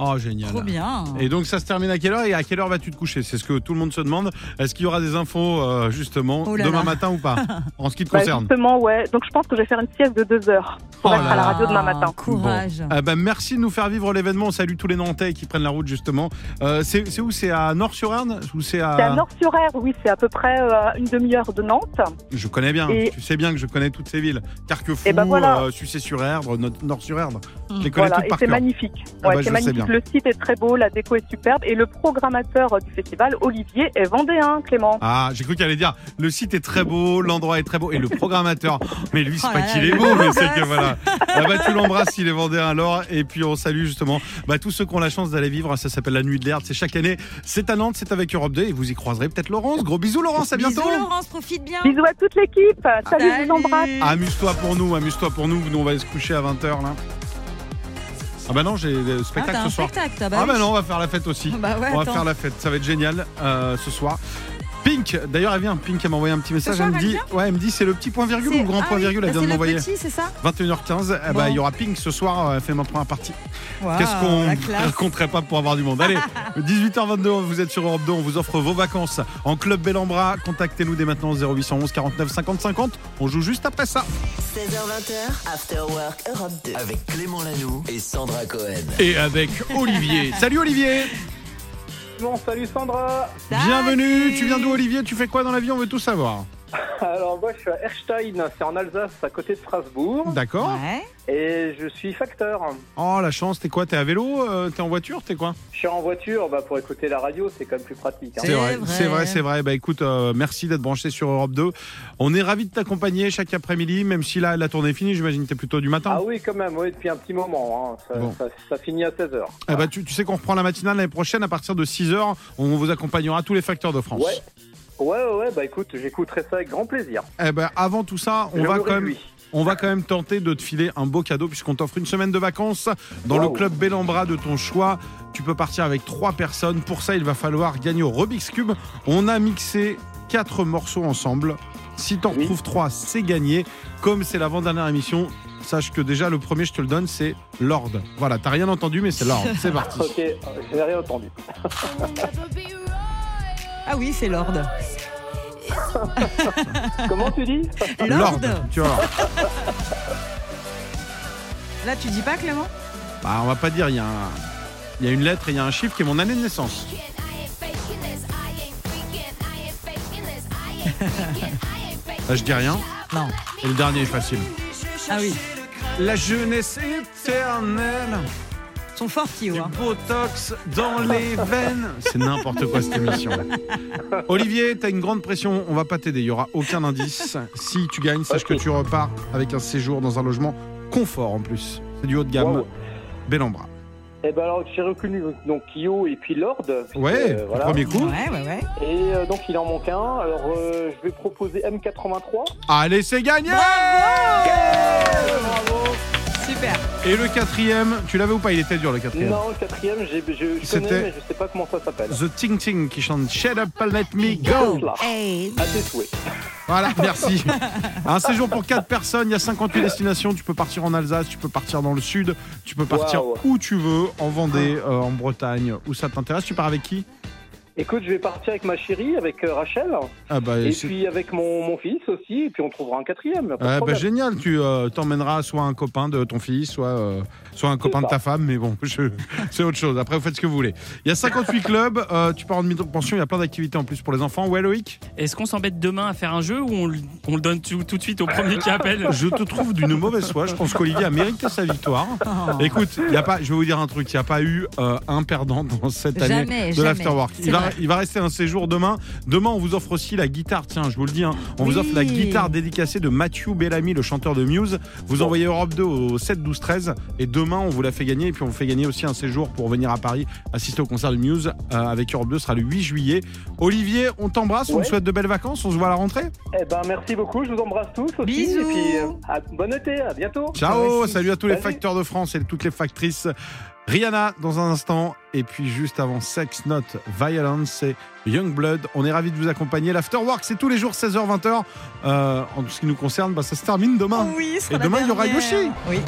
[SPEAKER 3] Oh, génial.
[SPEAKER 4] Trop bien.
[SPEAKER 3] Et donc ça se termine à quelle heure et à quelle heure vas-tu te coucher C'est ce que tout le monde se demande. Est-ce qu'il y aura des infos euh, justement
[SPEAKER 4] Oh là
[SPEAKER 3] demain
[SPEAKER 4] là.
[SPEAKER 3] matin ou pas En ce qui te
[SPEAKER 9] Bah,
[SPEAKER 3] concerne.
[SPEAKER 9] justement, ouais. Donc, je pense que je vais faire une sieste de deux heures pour
[SPEAKER 3] Oh
[SPEAKER 9] être
[SPEAKER 3] là
[SPEAKER 9] à la
[SPEAKER 3] là.
[SPEAKER 9] radio demain matin.
[SPEAKER 4] Courage.
[SPEAKER 3] Ah bah, merci de nous faire vivre l'événement. On salue tous les Nantais qui prennent la route justement. Euh, c'est c'est où C'est à Nord-sur-Erne ou c'est
[SPEAKER 9] C'est à
[SPEAKER 3] à...
[SPEAKER 9] Nord-sur-Ère, oui, c'est à peu près euh, une demi-heure de Nantes.
[SPEAKER 3] Je connais bien.
[SPEAKER 9] Et-
[SPEAKER 3] Tu sais bien que je connais toutes ces villes. Carquefou,
[SPEAKER 9] Eh ben voilà.
[SPEAKER 3] euh, Sucé-sur-Erdre, No- Nord-sur-Erdre.
[SPEAKER 4] Mm.
[SPEAKER 3] Je les connais
[SPEAKER 9] Voilà,
[SPEAKER 3] toutes
[SPEAKER 9] et
[SPEAKER 3] par
[SPEAKER 9] c'est
[SPEAKER 3] cœur.
[SPEAKER 9] magnifique.
[SPEAKER 3] Ah
[SPEAKER 9] Ouais,
[SPEAKER 3] bah, je
[SPEAKER 9] c'est
[SPEAKER 3] sais
[SPEAKER 9] magnifique.
[SPEAKER 3] bien.
[SPEAKER 9] Le site est très beau, la déco est superbe et le programmateur euh, du festival, Olivier, est vendéen, Clément.
[SPEAKER 3] Ah, j'ai cru qu'elle allait dire le site est très beau, l'endroit est très beau et le programmateur. Mais lui, c'est
[SPEAKER 4] Oh
[SPEAKER 3] pas
[SPEAKER 4] là
[SPEAKER 3] qu'il
[SPEAKER 4] là.
[SPEAKER 3] est beau, mais c'est que voilà. Ah bah, tu l'embrasses, il est vendéen alors. Et puis on salue justement bah, tous ceux qui ont la chance d'aller vivre. Ça s'appelle la Nuit de l'herbe. C'est chaque année. C'est à Nantes, c'est avec Europe 2 et vous y croiserez peut-être Laurence. Gros bisous Laurence, à bientôt.
[SPEAKER 4] Bisous Laurence, profite bien.
[SPEAKER 9] Bisous à toute l'équipe. Salut, je vous embrasse.
[SPEAKER 4] Salut.
[SPEAKER 3] Amuse-toi pour nous, amuse-toi pour nous. Nous, on va aller se coucher à 20h là. Ah bah non, j'ai le
[SPEAKER 4] Ah,
[SPEAKER 3] spectacle
[SPEAKER 4] t'as un
[SPEAKER 3] ce soir.
[SPEAKER 4] spectacle, ah bah
[SPEAKER 3] Ah bah
[SPEAKER 4] oui.
[SPEAKER 3] non, on va faire la fête aussi.
[SPEAKER 4] Bah ouais,
[SPEAKER 3] On va
[SPEAKER 4] attends.
[SPEAKER 3] faire la fête, ça va être génial euh, ce soir. Pink, d'ailleurs elle vient, Pink elle m'a envoyé un petit message,
[SPEAKER 4] soir,
[SPEAKER 3] elle me
[SPEAKER 4] elle
[SPEAKER 3] dit, ouais, elle me dit c'est le petit point virgule ou
[SPEAKER 4] C'est-
[SPEAKER 3] le grand
[SPEAKER 4] ah
[SPEAKER 3] point
[SPEAKER 4] oui,
[SPEAKER 3] virgule, elle
[SPEAKER 4] bah
[SPEAKER 3] vient de
[SPEAKER 4] c'est
[SPEAKER 3] m'envoyer.
[SPEAKER 4] le petit, c'est ça
[SPEAKER 3] 21h15, eh
[SPEAKER 4] Bon.
[SPEAKER 3] bah, il y aura Pink ce soir, euh, elle fait ma première partie.
[SPEAKER 4] Waouh,
[SPEAKER 3] Qu'est-ce qu'on
[SPEAKER 4] la classe.
[SPEAKER 3] raconterait pas pour avoir du monde Allez, 18h22, vous êtes sur Europe 2, on vous offre vos vacances en club Bellambra. Contactez-nous dès maintenant au 0811 49 50 50. On joue juste après ça.
[SPEAKER 1] 16h, 20h, After Work Europe 2.
[SPEAKER 2] Avec Clément Lanoux et Sandra Cohen.
[SPEAKER 3] Et avec Olivier. Salut Olivier
[SPEAKER 9] Bon, salut Sandra.
[SPEAKER 4] Salut.
[SPEAKER 3] Bienvenue, tu viens d'où Olivier Tu fais quoi dans la vie On veut tout savoir.
[SPEAKER 10] Alors moi je suis à Erstein, c'est en Alsace, à côté de Strasbourg,
[SPEAKER 3] D'accord.
[SPEAKER 4] Ouais.
[SPEAKER 10] et je suis facteur.
[SPEAKER 3] Oh, la chance, t'es quoi T'es à vélo euh, T'es en voiture T'es quoi
[SPEAKER 10] Je suis en voiture, bah, pour écouter la radio c'est quand même plus pratique. hein.
[SPEAKER 4] C'est vrai.
[SPEAKER 3] c'est vrai, c'est vrai. Bah écoute, euh, merci d'être branché sur Europe 2. On est ravis de t'accompagner chaque après-midi, même si là, la tournée est finie, j'imagine que t'es plutôt du matin.
[SPEAKER 10] Ah oui quand même, oui, depuis un petit moment, hein. ça,
[SPEAKER 3] Bon.
[SPEAKER 10] ça- ça finit à 16h.
[SPEAKER 3] Eh bah, tu, tu sais qu'on reprend la matinale l'année prochaine à partir de 6h. On vous accompagnera tous les facteurs de France.
[SPEAKER 10] Ouais. Ouais, ouais, ouais, bah écoute, j'écouterai ça avec grand plaisir.
[SPEAKER 3] Eh ben, avant tout ça, on
[SPEAKER 10] Je
[SPEAKER 3] va
[SPEAKER 10] me
[SPEAKER 3] quand même.
[SPEAKER 10] réjouis.
[SPEAKER 3] On va quand même tenter de te filer un beau cadeau puisqu'on t'offre une semaine de vacances dans le
[SPEAKER 10] Wow.
[SPEAKER 3] club Bellambra de ton choix. Tu peux partir avec trois personnes. Pour ça, il va falloir gagner au Rubik's Cube. On a mixé quatre morceaux ensemble. Si t'en
[SPEAKER 10] Oui.
[SPEAKER 3] retrouves trois, c'est gagné. Comme c'est l'avant-dernière émission, sache que déjà le premier, je te le donne, c'est Lord. Voilà, t'as rien entendu, mais c'est Lord. C'est parti.
[SPEAKER 10] Ok, euh, je n'ai rien entendu.
[SPEAKER 4] Ah oui, c'est Lord.
[SPEAKER 10] Comment tu dis
[SPEAKER 4] Lord.
[SPEAKER 3] Tu vois.
[SPEAKER 4] Là, tu dis pas, Clément
[SPEAKER 3] Bah, on va pas dire, il y a un- il y a une lettre et il y a un chiffre qui est mon année de naissance. Là, Ah, je dis rien.
[SPEAKER 4] Non.
[SPEAKER 3] Et le dernier est facile.
[SPEAKER 4] Ah oui,
[SPEAKER 3] La jeunesse éternelle,
[SPEAKER 4] sont forts, Kyo. hein.
[SPEAKER 3] botox dans les veines. C'est n'importe quoi cette émission. Olivier, t'as une grande pression, on va pas t'aider, il y aura aucun indice. Si tu gagnes, sache
[SPEAKER 10] Ok.
[SPEAKER 3] que tu repars avec un séjour dans un logement confort en plus. C'est du haut de gamme,
[SPEAKER 10] Waouh.
[SPEAKER 3] Bellambra.
[SPEAKER 10] Eh ben alors j'ai reconnu donc Kyo et puis Lord. puisque,
[SPEAKER 3] Ouais,
[SPEAKER 10] euh,
[SPEAKER 3] le
[SPEAKER 10] voilà.
[SPEAKER 3] premier coup.
[SPEAKER 4] Ouais, ouais, ouais.
[SPEAKER 10] Et euh, donc il en manque un. Alors euh, je vais proposer M83.
[SPEAKER 3] Allez, c'est gagné
[SPEAKER 4] Super.
[SPEAKER 3] Et le quatrième, tu l'avais ou pas Il était dur le quatrième.
[SPEAKER 10] Non, le quatrième, j'ai- je, je
[SPEAKER 3] C'était-
[SPEAKER 10] connais, mais je sais pas comment ça s'appelle.
[SPEAKER 3] The Ting Ting qui chante Shut Up and Let Me Go.
[SPEAKER 10] Là,
[SPEAKER 4] Hey.
[SPEAKER 10] à tes souhaits.
[SPEAKER 3] Voilà, merci. Un séjour pour 4 personnes, il y a 58 destinations. Tu peux partir en Alsace, tu peux partir dans le sud, tu peux partir
[SPEAKER 10] Waouh.
[SPEAKER 3] où tu veux, en Vendée, euh, en Bretagne, où ça t'intéresse. Tu pars avec qui
[SPEAKER 10] Écoute, je vais partir avec ma chérie, avec euh, Rachel,
[SPEAKER 3] Ah bah,
[SPEAKER 10] et
[SPEAKER 3] c'est-
[SPEAKER 10] puis avec mon, mon fils aussi, et puis on trouvera un quatrième. pas de
[SPEAKER 3] Ouais, bah,
[SPEAKER 10] problème.
[SPEAKER 3] génial, tu euh, t'emmèneras soit un copain de ton fils, soit, euh, soit un copain de ta femme, mais bon, je- c'est autre chose. Après, vous faites ce que vous voulez. Il y a 58 clubs, euh, tu pars en demi-pension, il y a plein d'activités en plus pour les enfants. Ouais, Loïc
[SPEAKER 6] Est-ce qu'on s'embête demain à faire un jeu ou on le, on le donne tout, tout de suite au premier qui appelle
[SPEAKER 3] Je te trouve d'une mauvaise foi. Je pense qu'Olivier a mérité sa victoire.
[SPEAKER 4] Oh.
[SPEAKER 3] Écoute, il y a pas, je vais vous dire un truc, il n'y a pas eu euh, un perdant dans cette année
[SPEAKER 4] Jamais,
[SPEAKER 3] de
[SPEAKER 4] jamais.
[SPEAKER 3] l'Afterwork.
[SPEAKER 4] C'est
[SPEAKER 3] Il va,
[SPEAKER 4] vrai.
[SPEAKER 3] il va rester un séjour demain. Demain, on vous offre aussi la guitare. Tiens, je vous le dis, hein, on vous
[SPEAKER 4] Oui.
[SPEAKER 3] offre la guitare dédicacée de Mathieu Bellamy, le chanteur de Muse. Vous envoyez Europe 2 au 7, 12, 13. Et demain, on vous la fait gagner. Et puis, on vous fait gagner aussi un séjour pour venir à Paris assister au concert de Muse euh, avec Europe 2. Ce sera le 8 juillet. Olivier, on t'embrasse. On
[SPEAKER 10] Ouais.
[SPEAKER 3] te souhaite de belles vacances. On se voit à la rentrée.
[SPEAKER 10] Eh ben merci beaucoup, je vous embrasse tous aussi.
[SPEAKER 4] Bisous.
[SPEAKER 10] Et puis euh, à- bon été, à bientôt.
[SPEAKER 3] Ciao, salut à tous les
[SPEAKER 10] Salut.
[SPEAKER 3] facteurs de France et toutes les factrices. Rihanna dans un instant et puis juste avant Sex Not Violence c'est Youngblood. On est ravis de vous accompagner. L'Afterwork c'est tous les jours 16h 20h. Euh, en tout ce qui nous concerne, bah, ça se termine demain.
[SPEAKER 4] Oh Oui, ce sera
[SPEAKER 3] Et
[SPEAKER 4] la
[SPEAKER 3] demain, il y aura
[SPEAKER 4] dernière.
[SPEAKER 3] Yoshi.
[SPEAKER 4] Oui.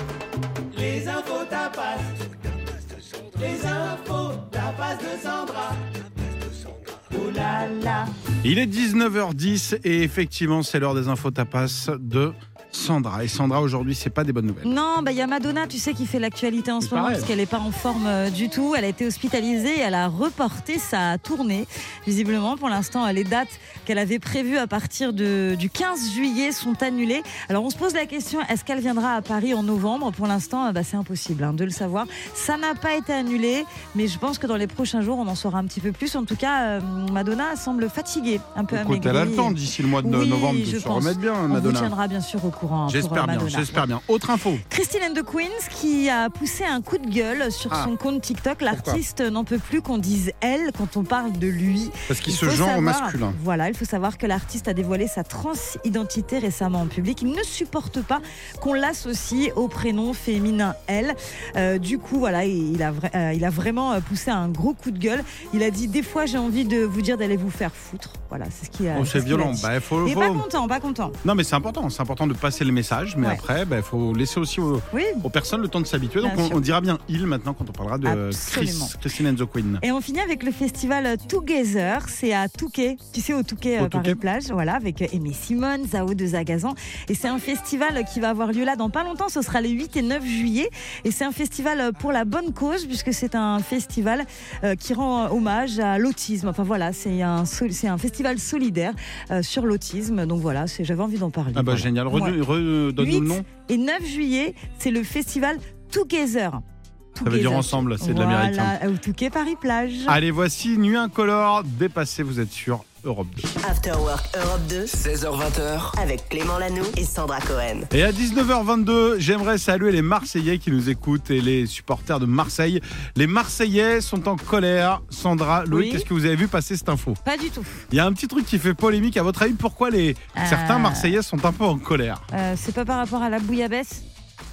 [SPEAKER 3] Il est 19h10 et effectivement c'est l'heure des infos tapas de Sandra. Et Sandra aujourd'hui c'est pas des bonnes nouvelles.
[SPEAKER 4] Non, bah il y a Madonna, tu sais, qui fait l'actualité en ce
[SPEAKER 3] Il
[SPEAKER 4] moment
[SPEAKER 3] paraît.
[SPEAKER 4] parce qu'elle n'est pas en forme euh, du tout. Elle a été hospitalisée et elle a reporté sa tournée. Visiblement, pour l'instant, les dates qu'elle avait prévues à partir de, du 15 juillet sont annulées. Alors on se pose la question, est-ce qu'elle viendra à Paris en novembre Pour l'instant, euh, bah, c'est impossible hein, de le savoir. Ça n'a pas été annulé, mais je pense que dans les prochains jours, on en saura un petit peu plus. En tout cas, euh, Madonna semble fatiguée, un peu
[SPEAKER 3] Écoute,
[SPEAKER 4] amaigrie.
[SPEAKER 3] elle a le temps d'ici le mois de
[SPEAKER 4] Oui,
[SPEAKER 3] novembre de
[SPEAKER 4] je
[SPEAKER 3] se
[SPEAKER 4] pense.
[SPEAKER 3] remettre bien,
[SPEAKER 4] on vous
[SPEAKER 3] Madonna.
[SPEAKER 4] tiendra bien sûr au courant. hein, pour, euh,
[SPEAKER 3] J'espère bien,
[SPEAKER 4] Madonna.
[SPEAKER 3] j'espère bien. Autre info.
[SPEAKER 4] Christine and the Queens qui a poussé un coup de gueule sur
[SPEAKER 3] Ah.
[SPEAKER 4] son compte TikTok. L'artiste n'en peut plus qu'on dise elle quand on parle de lui.
[SPEAKER 3] Parce qu'il
[SPEAKER 4] Il
[SPEAKER 3] se
[SPEAKER 4] faut
[SPEAKER 3] genre au
[SPEAKER 4] savoir-
[SPEAKER 3] masculin.
[SPEAKER 4] Voilà, il faut savoir que l'artiste a dévoilé sa transidentité récemment en public. Il ne supporte pas qu'on l'associe au prénom féminin elle. Euh, du coup, voilà, il a, vra- euh, il a vraiment euh, poussé un gros coup de gueule. Il a dit des fois j'ai envie de vous dire d'aller vous faire foutre. Voilà, c'est ce qu'il a.
[SPEAKER 3] Oh,
[SPEAKER 4] c'est
[SPEAKER 3] c'est
[SPEAKER 4] euh, ce qu'il a
[SPEAKER 3] violent.
[SPEAKER 4] dit.
[SPEAKER 3] Bah, faut,
[SPEAKER 4] Et
[SPEAKER 3] faut-
[SPEAKER 4] pas content, pas content.
[SPEAKER 3] Non, mais c'est important. C'est important de pas passer le message, mais
[SPEAKER 4] Ouais.
[SPEAKER 3] après, bah, il faut laisser aussi aux,
[SPEAKER 4] Oui.
[SPEAKER 3] aux personnes le temps de s'habituer. Donc,
[SPEAKER 4] Bien
[SPEAKER 3] on,
[SPEAKER 4] sûr.
[SPEAKER 3] on dira bien il maintenant quand on parlera de Chris,
[SPEAKER 4] Absolument.
[SPEAKER 3] Christine and the Queen.
[SPEAKER 4] Et on finit avec le festival Together, c'est à Touquet, tu sais au Touquet
[SPEAKER 3] Au
[SPEAKER 4] euh,
[SPEAKER 3] Touquet.
[SPEAKER 4] Paris-Plage, voilà, avec euh, Aimé Simone, Zao de Zagazan. Et c'est un festival qui va avoir lieu là dans pas longtemps, ce sera les 8 et 9 juillet. Et c'est un festival pour la bonne cause, puisque c'est un festival euh, qui rend hommage à l'autisme. Enfin voilà, c'est un, sol- c'est un festival solidaire euh, sur l'autisme. Donc voilà, c'est- j'avais envie d'en parler.
[SPEAKER 3] Ah bah
[SPEAKER 4] Voilà.
[SPEAKER 3] génial,
[SPEAKER 4] Ouais.
[SPEAKER 3] Redu- redonne-nous le
[SPEAKER 4] 8
[SPEAKER 3] nom.
[SPEAKER 4] Et 9 juillet, c'est le festival Together.
[SPEAKER 3] Ça veut dire ensemble, c'est de hein. Ah. l'américain.
[SPEAKER 4] Voilà, au Touquet Paris-Plage.
[SPEAKER 3] Allez, voici Nuit incolore, dépassé, vous êtes sur Europe 2.
[SPEAKER 1] After Work Europe 2
[SPEAKER 2] 16h20h,
[SPEAKER 1] avec Clément Lanoux et Sandra Cohen.
[SPEAKER 3] Et à 19h22, j'aimerais saluer les Marseillais qui nous écoutent et les supporters de Marseille. Les Marseillais sont en colère. Sandra, Loïc,
[SPEAKER 4] Oui.
[SPEAKER 3] qu'est-ce que vous avez vu passer cette info
[SPEAKER 4] Pas du tout.
[SPEAKER 3] Il y a un petit truc qui fait polémique. À votre avis, pourquoi les
[SPEAKER 4] Euh.
[SPEAKER 3] certains Marseillais sont un peu en colère
[SPEAKER 4] Euh, c'est pas par rapport à la bouillabaisse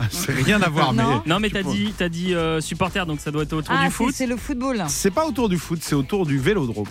[SPEAKER 3] C'est rien à voir, mais
[SPEAKER 4] Non.
[SPEAKER 6] Non, mais t'as
[SPEAKER 3] Tu
[SPEAKER 6] dit, t'as dit euh, supporter, donc ça doit être autour
[SPEAKER 4] Ah,
[SPEAKER 6] du
[SPEAKER 4] c'est-
[SPEAKER 6] foot.
[SPEAKER 4] c'est le football.
[SPEAKER 3] c'est pas autour du foot, c'est autour du vélodrome.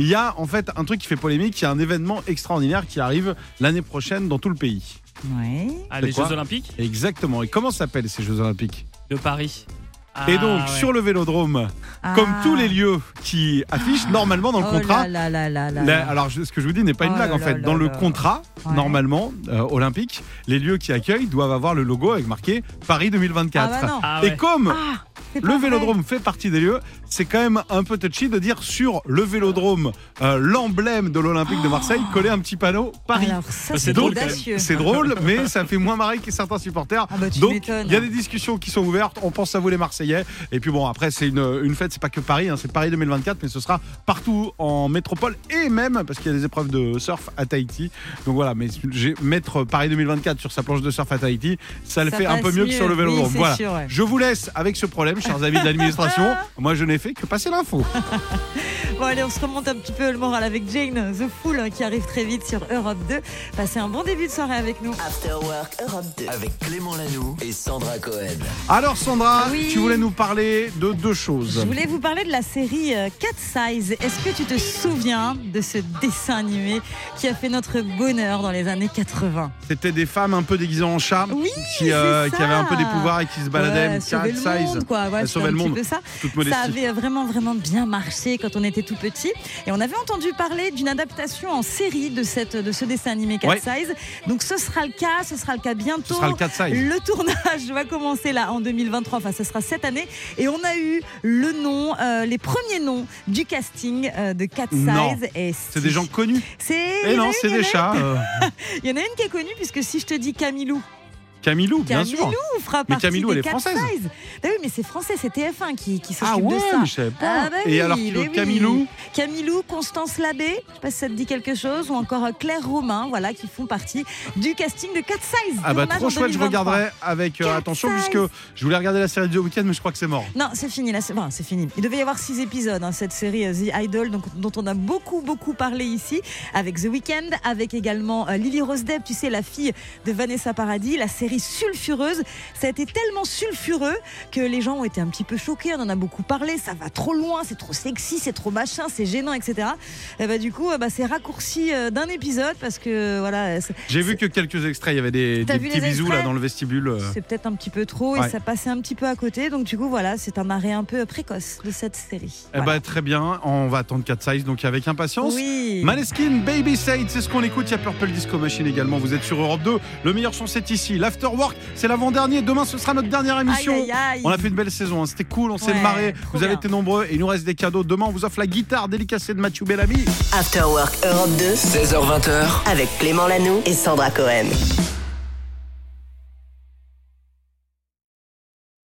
[SPEAKER 3] Il y a en fait un truc qui fait polémique. Il y a un événement extraordinaire qui arrive l'année prochaine dans tout le pays.
[SPEAKER 4] Ouais.
[SPEAKER 6] Ah, les
[SPEAKER 3] C'est quoi
[SPEAKER 6] Jeux Olympiques
[SPEAKER 3] Exactement. Et comment s'appellent ces Jeux Olympiques
[SPEAKER 6] de Paris. Ah,
[SPEAKER 3] Et
[SPEAKER 4] Ah,
[SPEAKER 3] donc sur le vélodrome, comme tous les lieux qui affichent normalement dans le contrat.
[SPEAKER 4] Oh Là, là, là,
[SPEAKER 3] Là,
[SPEAKER 4] là, là.
[SPEAKER 3] alors, je- ce que je vous dis n'est pas une
[SPEAKER 4] Oh
[SPEAKER 3] blague
[SPEAKER 4] là
[SPEAKER 3] en fait.
[SPEAKER 4] là
[SPEAKER 3] Dans
[SPEAKER 4] là
[SPEAKER 3] le
[SPEAKER 4] là.
[SPEAKER 3] contrat,
[SPEAKER 4] Ouais.
[SPEAKER 3] normalement, euh, olympique, les lieux qui accueillent doivent avoir le logo avec marqué Paris 2024.
[SPEAKER 4] Ah bah non.
[SPEAKER 6] Ah
[SPEAKER 3] Et
[SPEAKER 6] ouais.
[SPEAKER 3] comme
[SPEAKER 4] Ah, c'est pas
[SPEAKER 3] le
[SPEAKER 4] vrai.
[SPEAKER 3] vélodrome fait partie des lieux, c'est quand même un peu touchy de dire sur le vélodrome, euh, l'emblème de l'Olympique de Marseille, coller un petit panneau Paris. Bah,
[SPEAKER 4] Ah. Alors ça,
[SPEAKER 6] C'est
[SPEAKER 4] c'est
[SPEAKER 6] drôle,
[SPEAKER 4] audacieux.
[SPEAKER 3] C'est drôle, mais ça fait moins marrer que certains supporters.
[SPEAKER 4] Ah bah, tu
[SPEAKER 3] Donc,
[SPEAKER 4] m'étonnes.
[SPEAKER 3] il y a des discussions qui sont ouvertes. On pense à vous, les Marseillais. Et puis, bon, après, c'est une, une fête. C'est pas que Paris, hein, c'est Paris 2024, mais ce sera partout en métropole et même parce qu'il y a des épreuves de surf à Tahiti. Donc voilà, mais j'ai- mettre Paris 2024 sur sa planche de surf à Tahiti, ça le
[SPEAKER 4] Ça
[SPEAKER 3] fait un peu
[SPEAKER 4] passe
[SPEAKER 3] mieux que sur le
[SPEAKER 4] mieux.
[SPEAKER 3] vélo.
[SPEAKER 4] Oui, c'est
[SPEAKER 3] voilà.
[SPEAKER 4] sûr, ouais.
[SPEAKER 3] Je vous laisse avec ce problème, chers amis de l'administration. Moi, je n'ai fait que passer l'info.
[SPEAKER 4] Bon allez, on se remonte un petit peu le moral avec Jane, The Fool, hein, qui arrive très vite sur Europe 2. Passez un bon début de soirée avec nous.
[SPEAKER 1] After Work Europe 2.
[SPEAKER 2] avec Clément Lanoux et Sandra Cohen.
[SPEAKER 3] Alors, Sandra,
[SPEAKER 4] Oui.
[SPEAKER 3] tu voulais nous parler de deux choses.
[SPEAKER 4] Je voulais vous parler de la série euh, Cat Size. Est-ce que tu te souviens de ce dessin animé qui a fait notre bonheur dans les années 80
[SPEAKER 3] C'était des femmes un peu déguisées en chat
[SPEAKER 4] Oui,
[SPEAKER 3] qui, euh,
[SPEAKER 4] c'est ça.
[SPEAKER 3] qui avaient un peu des pouvoirs et qui se baladaient.
[SPEAKER 4] Ouais,
[SPEAKER 3] cat
[SPEAKER 4] sauver le
[SPEAKER 3] size.
[SPEAKER 4] monde, quoi. Voilà,
[SPEAKER 3] Elles
[SPEAKER 4] c'était
[SPEAKER 3] sauvaient
[SPEAKER 4] un
[SPEAKER 3] le
[SPEAKER 4] petit
[SPEAKER 3] monde.
[SPEAKER 4] peu ça.
[SPEAKER 3] Toute
[SPEAKER 4] Ça
[SPEAKER 3] modestie.
[SPEAKER 4] avait vraiment, vraiment bien marché quand on était tout petit. Et on avait entendu parler d'une adaptation en série de, cette, de ce dessin animé Cat
[SPEAKER 3] Ouais.
[SPEAKER 4] Size. Donc ce sera le cas, ce sera le cas bientôt.
[SPEAKER 3] Ce sera le cat size.
[SPEAKER 4] Le tournage va commencer là en 2023, enfin ce sera cette année. Et on a eu le nom, euh, les premiers noms du casting euh, de Cat Size.
[SPEAKER 3] Non.
[SPEAKER 4] et
[SPEAKER 3] C'est des gens connus.
[SPEAKER 4] C'est. il
[SPEAKER 3] Eh
[SPEAKER 4] y en a
[SPEAKER 3] non,
[SPEAKER 4] une,
[SPEAKER 3] c'est
[SPEAKER 4] il y en
[SPEAKER 3] des
[SPEAKER 4] a une.
[SPEAKER 3] chats. euh,
[SPEAKER 4] Il y en a une qui est connue, puisque si je te dis Camilou,
[SPEAKER 3] Camilou, bien
[SPEAKER 4] Camilou
[SPEAKER 3] sûr.
[SPEAKER 4] fera
[SPEAKER 3] Mais
[SPEAKER 4] partie
[SPEAKER 3] Camilou,
[SPEAKER 4] des
[SPEAKER 3] elle est
[SPEAKER 4] Cat
[SPEAKER 3] française.
[SPEAKER 4] Size. Ah oui, mais c'est français, c'est TF1 qui, qui s'occupe
[SPEAKER 3] Ah ouais,
[SPEAKER 4] de ça.
[SPEAKER 3] mais je savais pas.
[SPEAKER 4] Ah bah
[SPEAKER 3] et
[SPEAKER 4] oui,
[SPEAKER 3] alors qu'il y a
[SPEAKER 4] mais
[SPEAKER 3] l'autre
[SPEAKER 4] oui.
[SPEAKER 3] Camilou,
[SPEAKER 4] Camilou, Constance Labbé, je sais pas si ça te dit quelque chose, ou encore euh, Claire Romain, voilà, qui font partie du casting de Cat Size.
[SPEAKER 3] ah bah
[SPEAKER 4] tournage
[SPEAKER 3] trop
[SPEAKER 4] en
[SPEAKER 3] chouette, je
[SPEAKER 4] 2023.
[SPEAKER 3] regarderai avec euh,
[SPEAKER 4] Cat
[SPEAKER 3] attention
[SPEAKER 4] size.
[SPEAKER 3] puisque je voulais regarder la série du week-end mais je crois que c'est mort.
[SPEAKER 4] Non, c'est fini, là, c'est enfin, c'est fini. Il devait y avoir six épisodes, hein, cette série euh, The Idol, donc, dont on a beaucoup, beaucoup parlé ici, avec The Weeknd, avec également euh, Lily Rose Depp, tu sais, la fille de Vanessa Paradis, la série sulfureuse. Ça a été tellement sulfureux que les gens ont été un petit peu choqués, on en a beaucoup parlé, ça va trop loin, c'est trop sexy, c'est trop machin, c'est gênant, etc. Et bah, du coup, euh, bah, c'est raccourci euh, d'un épisode parce que, euh, voilà, euh, c'est-
[SPEAKER 3] J'ai vu que quelques extraits, il y avait des,
[SPEAKER 4] T'as
[SPEAKER 3] des
[SPEAKER 4] vu
[SPEAKER 3] petits
[SPEAKER 4] les
[SPEAKER 3] bisous là
[SPEAKER 4] extraits
[SPEAKER 3] dans le vestibule. euh.
[SPEAKER 4] c'est peut-être un petit peu trop
[SPEAKER 3] Ouais.
[SPEAKER 4] et ça passait un petit peu à côté. Donc, du coup, voilà, c'est un arrêt un peu précoce de cette série.
[SPEAKER 3] Eh
[SPEAKER 4] Voilà.
[SPEAKER 3] bah très bien, on va attendre Cat Size donc avec impatience.
[SPEAKER 4] oui.
[SPEAKER 3] Maneskin, Baby Sade, c'est ce qu'on écoute. Il y a Purple Disco Machine également. Vous êtes sur Europe 2. Le meilleur son, c'est ici. L'Afterwork, c'est l'avant-dernier. Demain, ce sera notre dernière émission.
[SPEAKER 4] Aïe, aïe, aïe.
[SPEAKER 3] On a fait une belle saison. hein. C'était cool, on s'est
[SPEAKER 4] Ouais,
[SPEAKER 3] marré.
[SPEAKER 4] trop
[SPEAKER 3] Vous avez
[SPEAKER 4] bien.
[SPEAKER 3] été nombreux et il nous reste des cadeaux. Demain, on vous offre la guitare délicacée de Mathieu Bellamy.
[SPEAKER 1] After Work Europe 2
[SPEAKER 2] 16h20h,
[SPEAKER 1] avec Clément Lanoux et Sandra Cohen.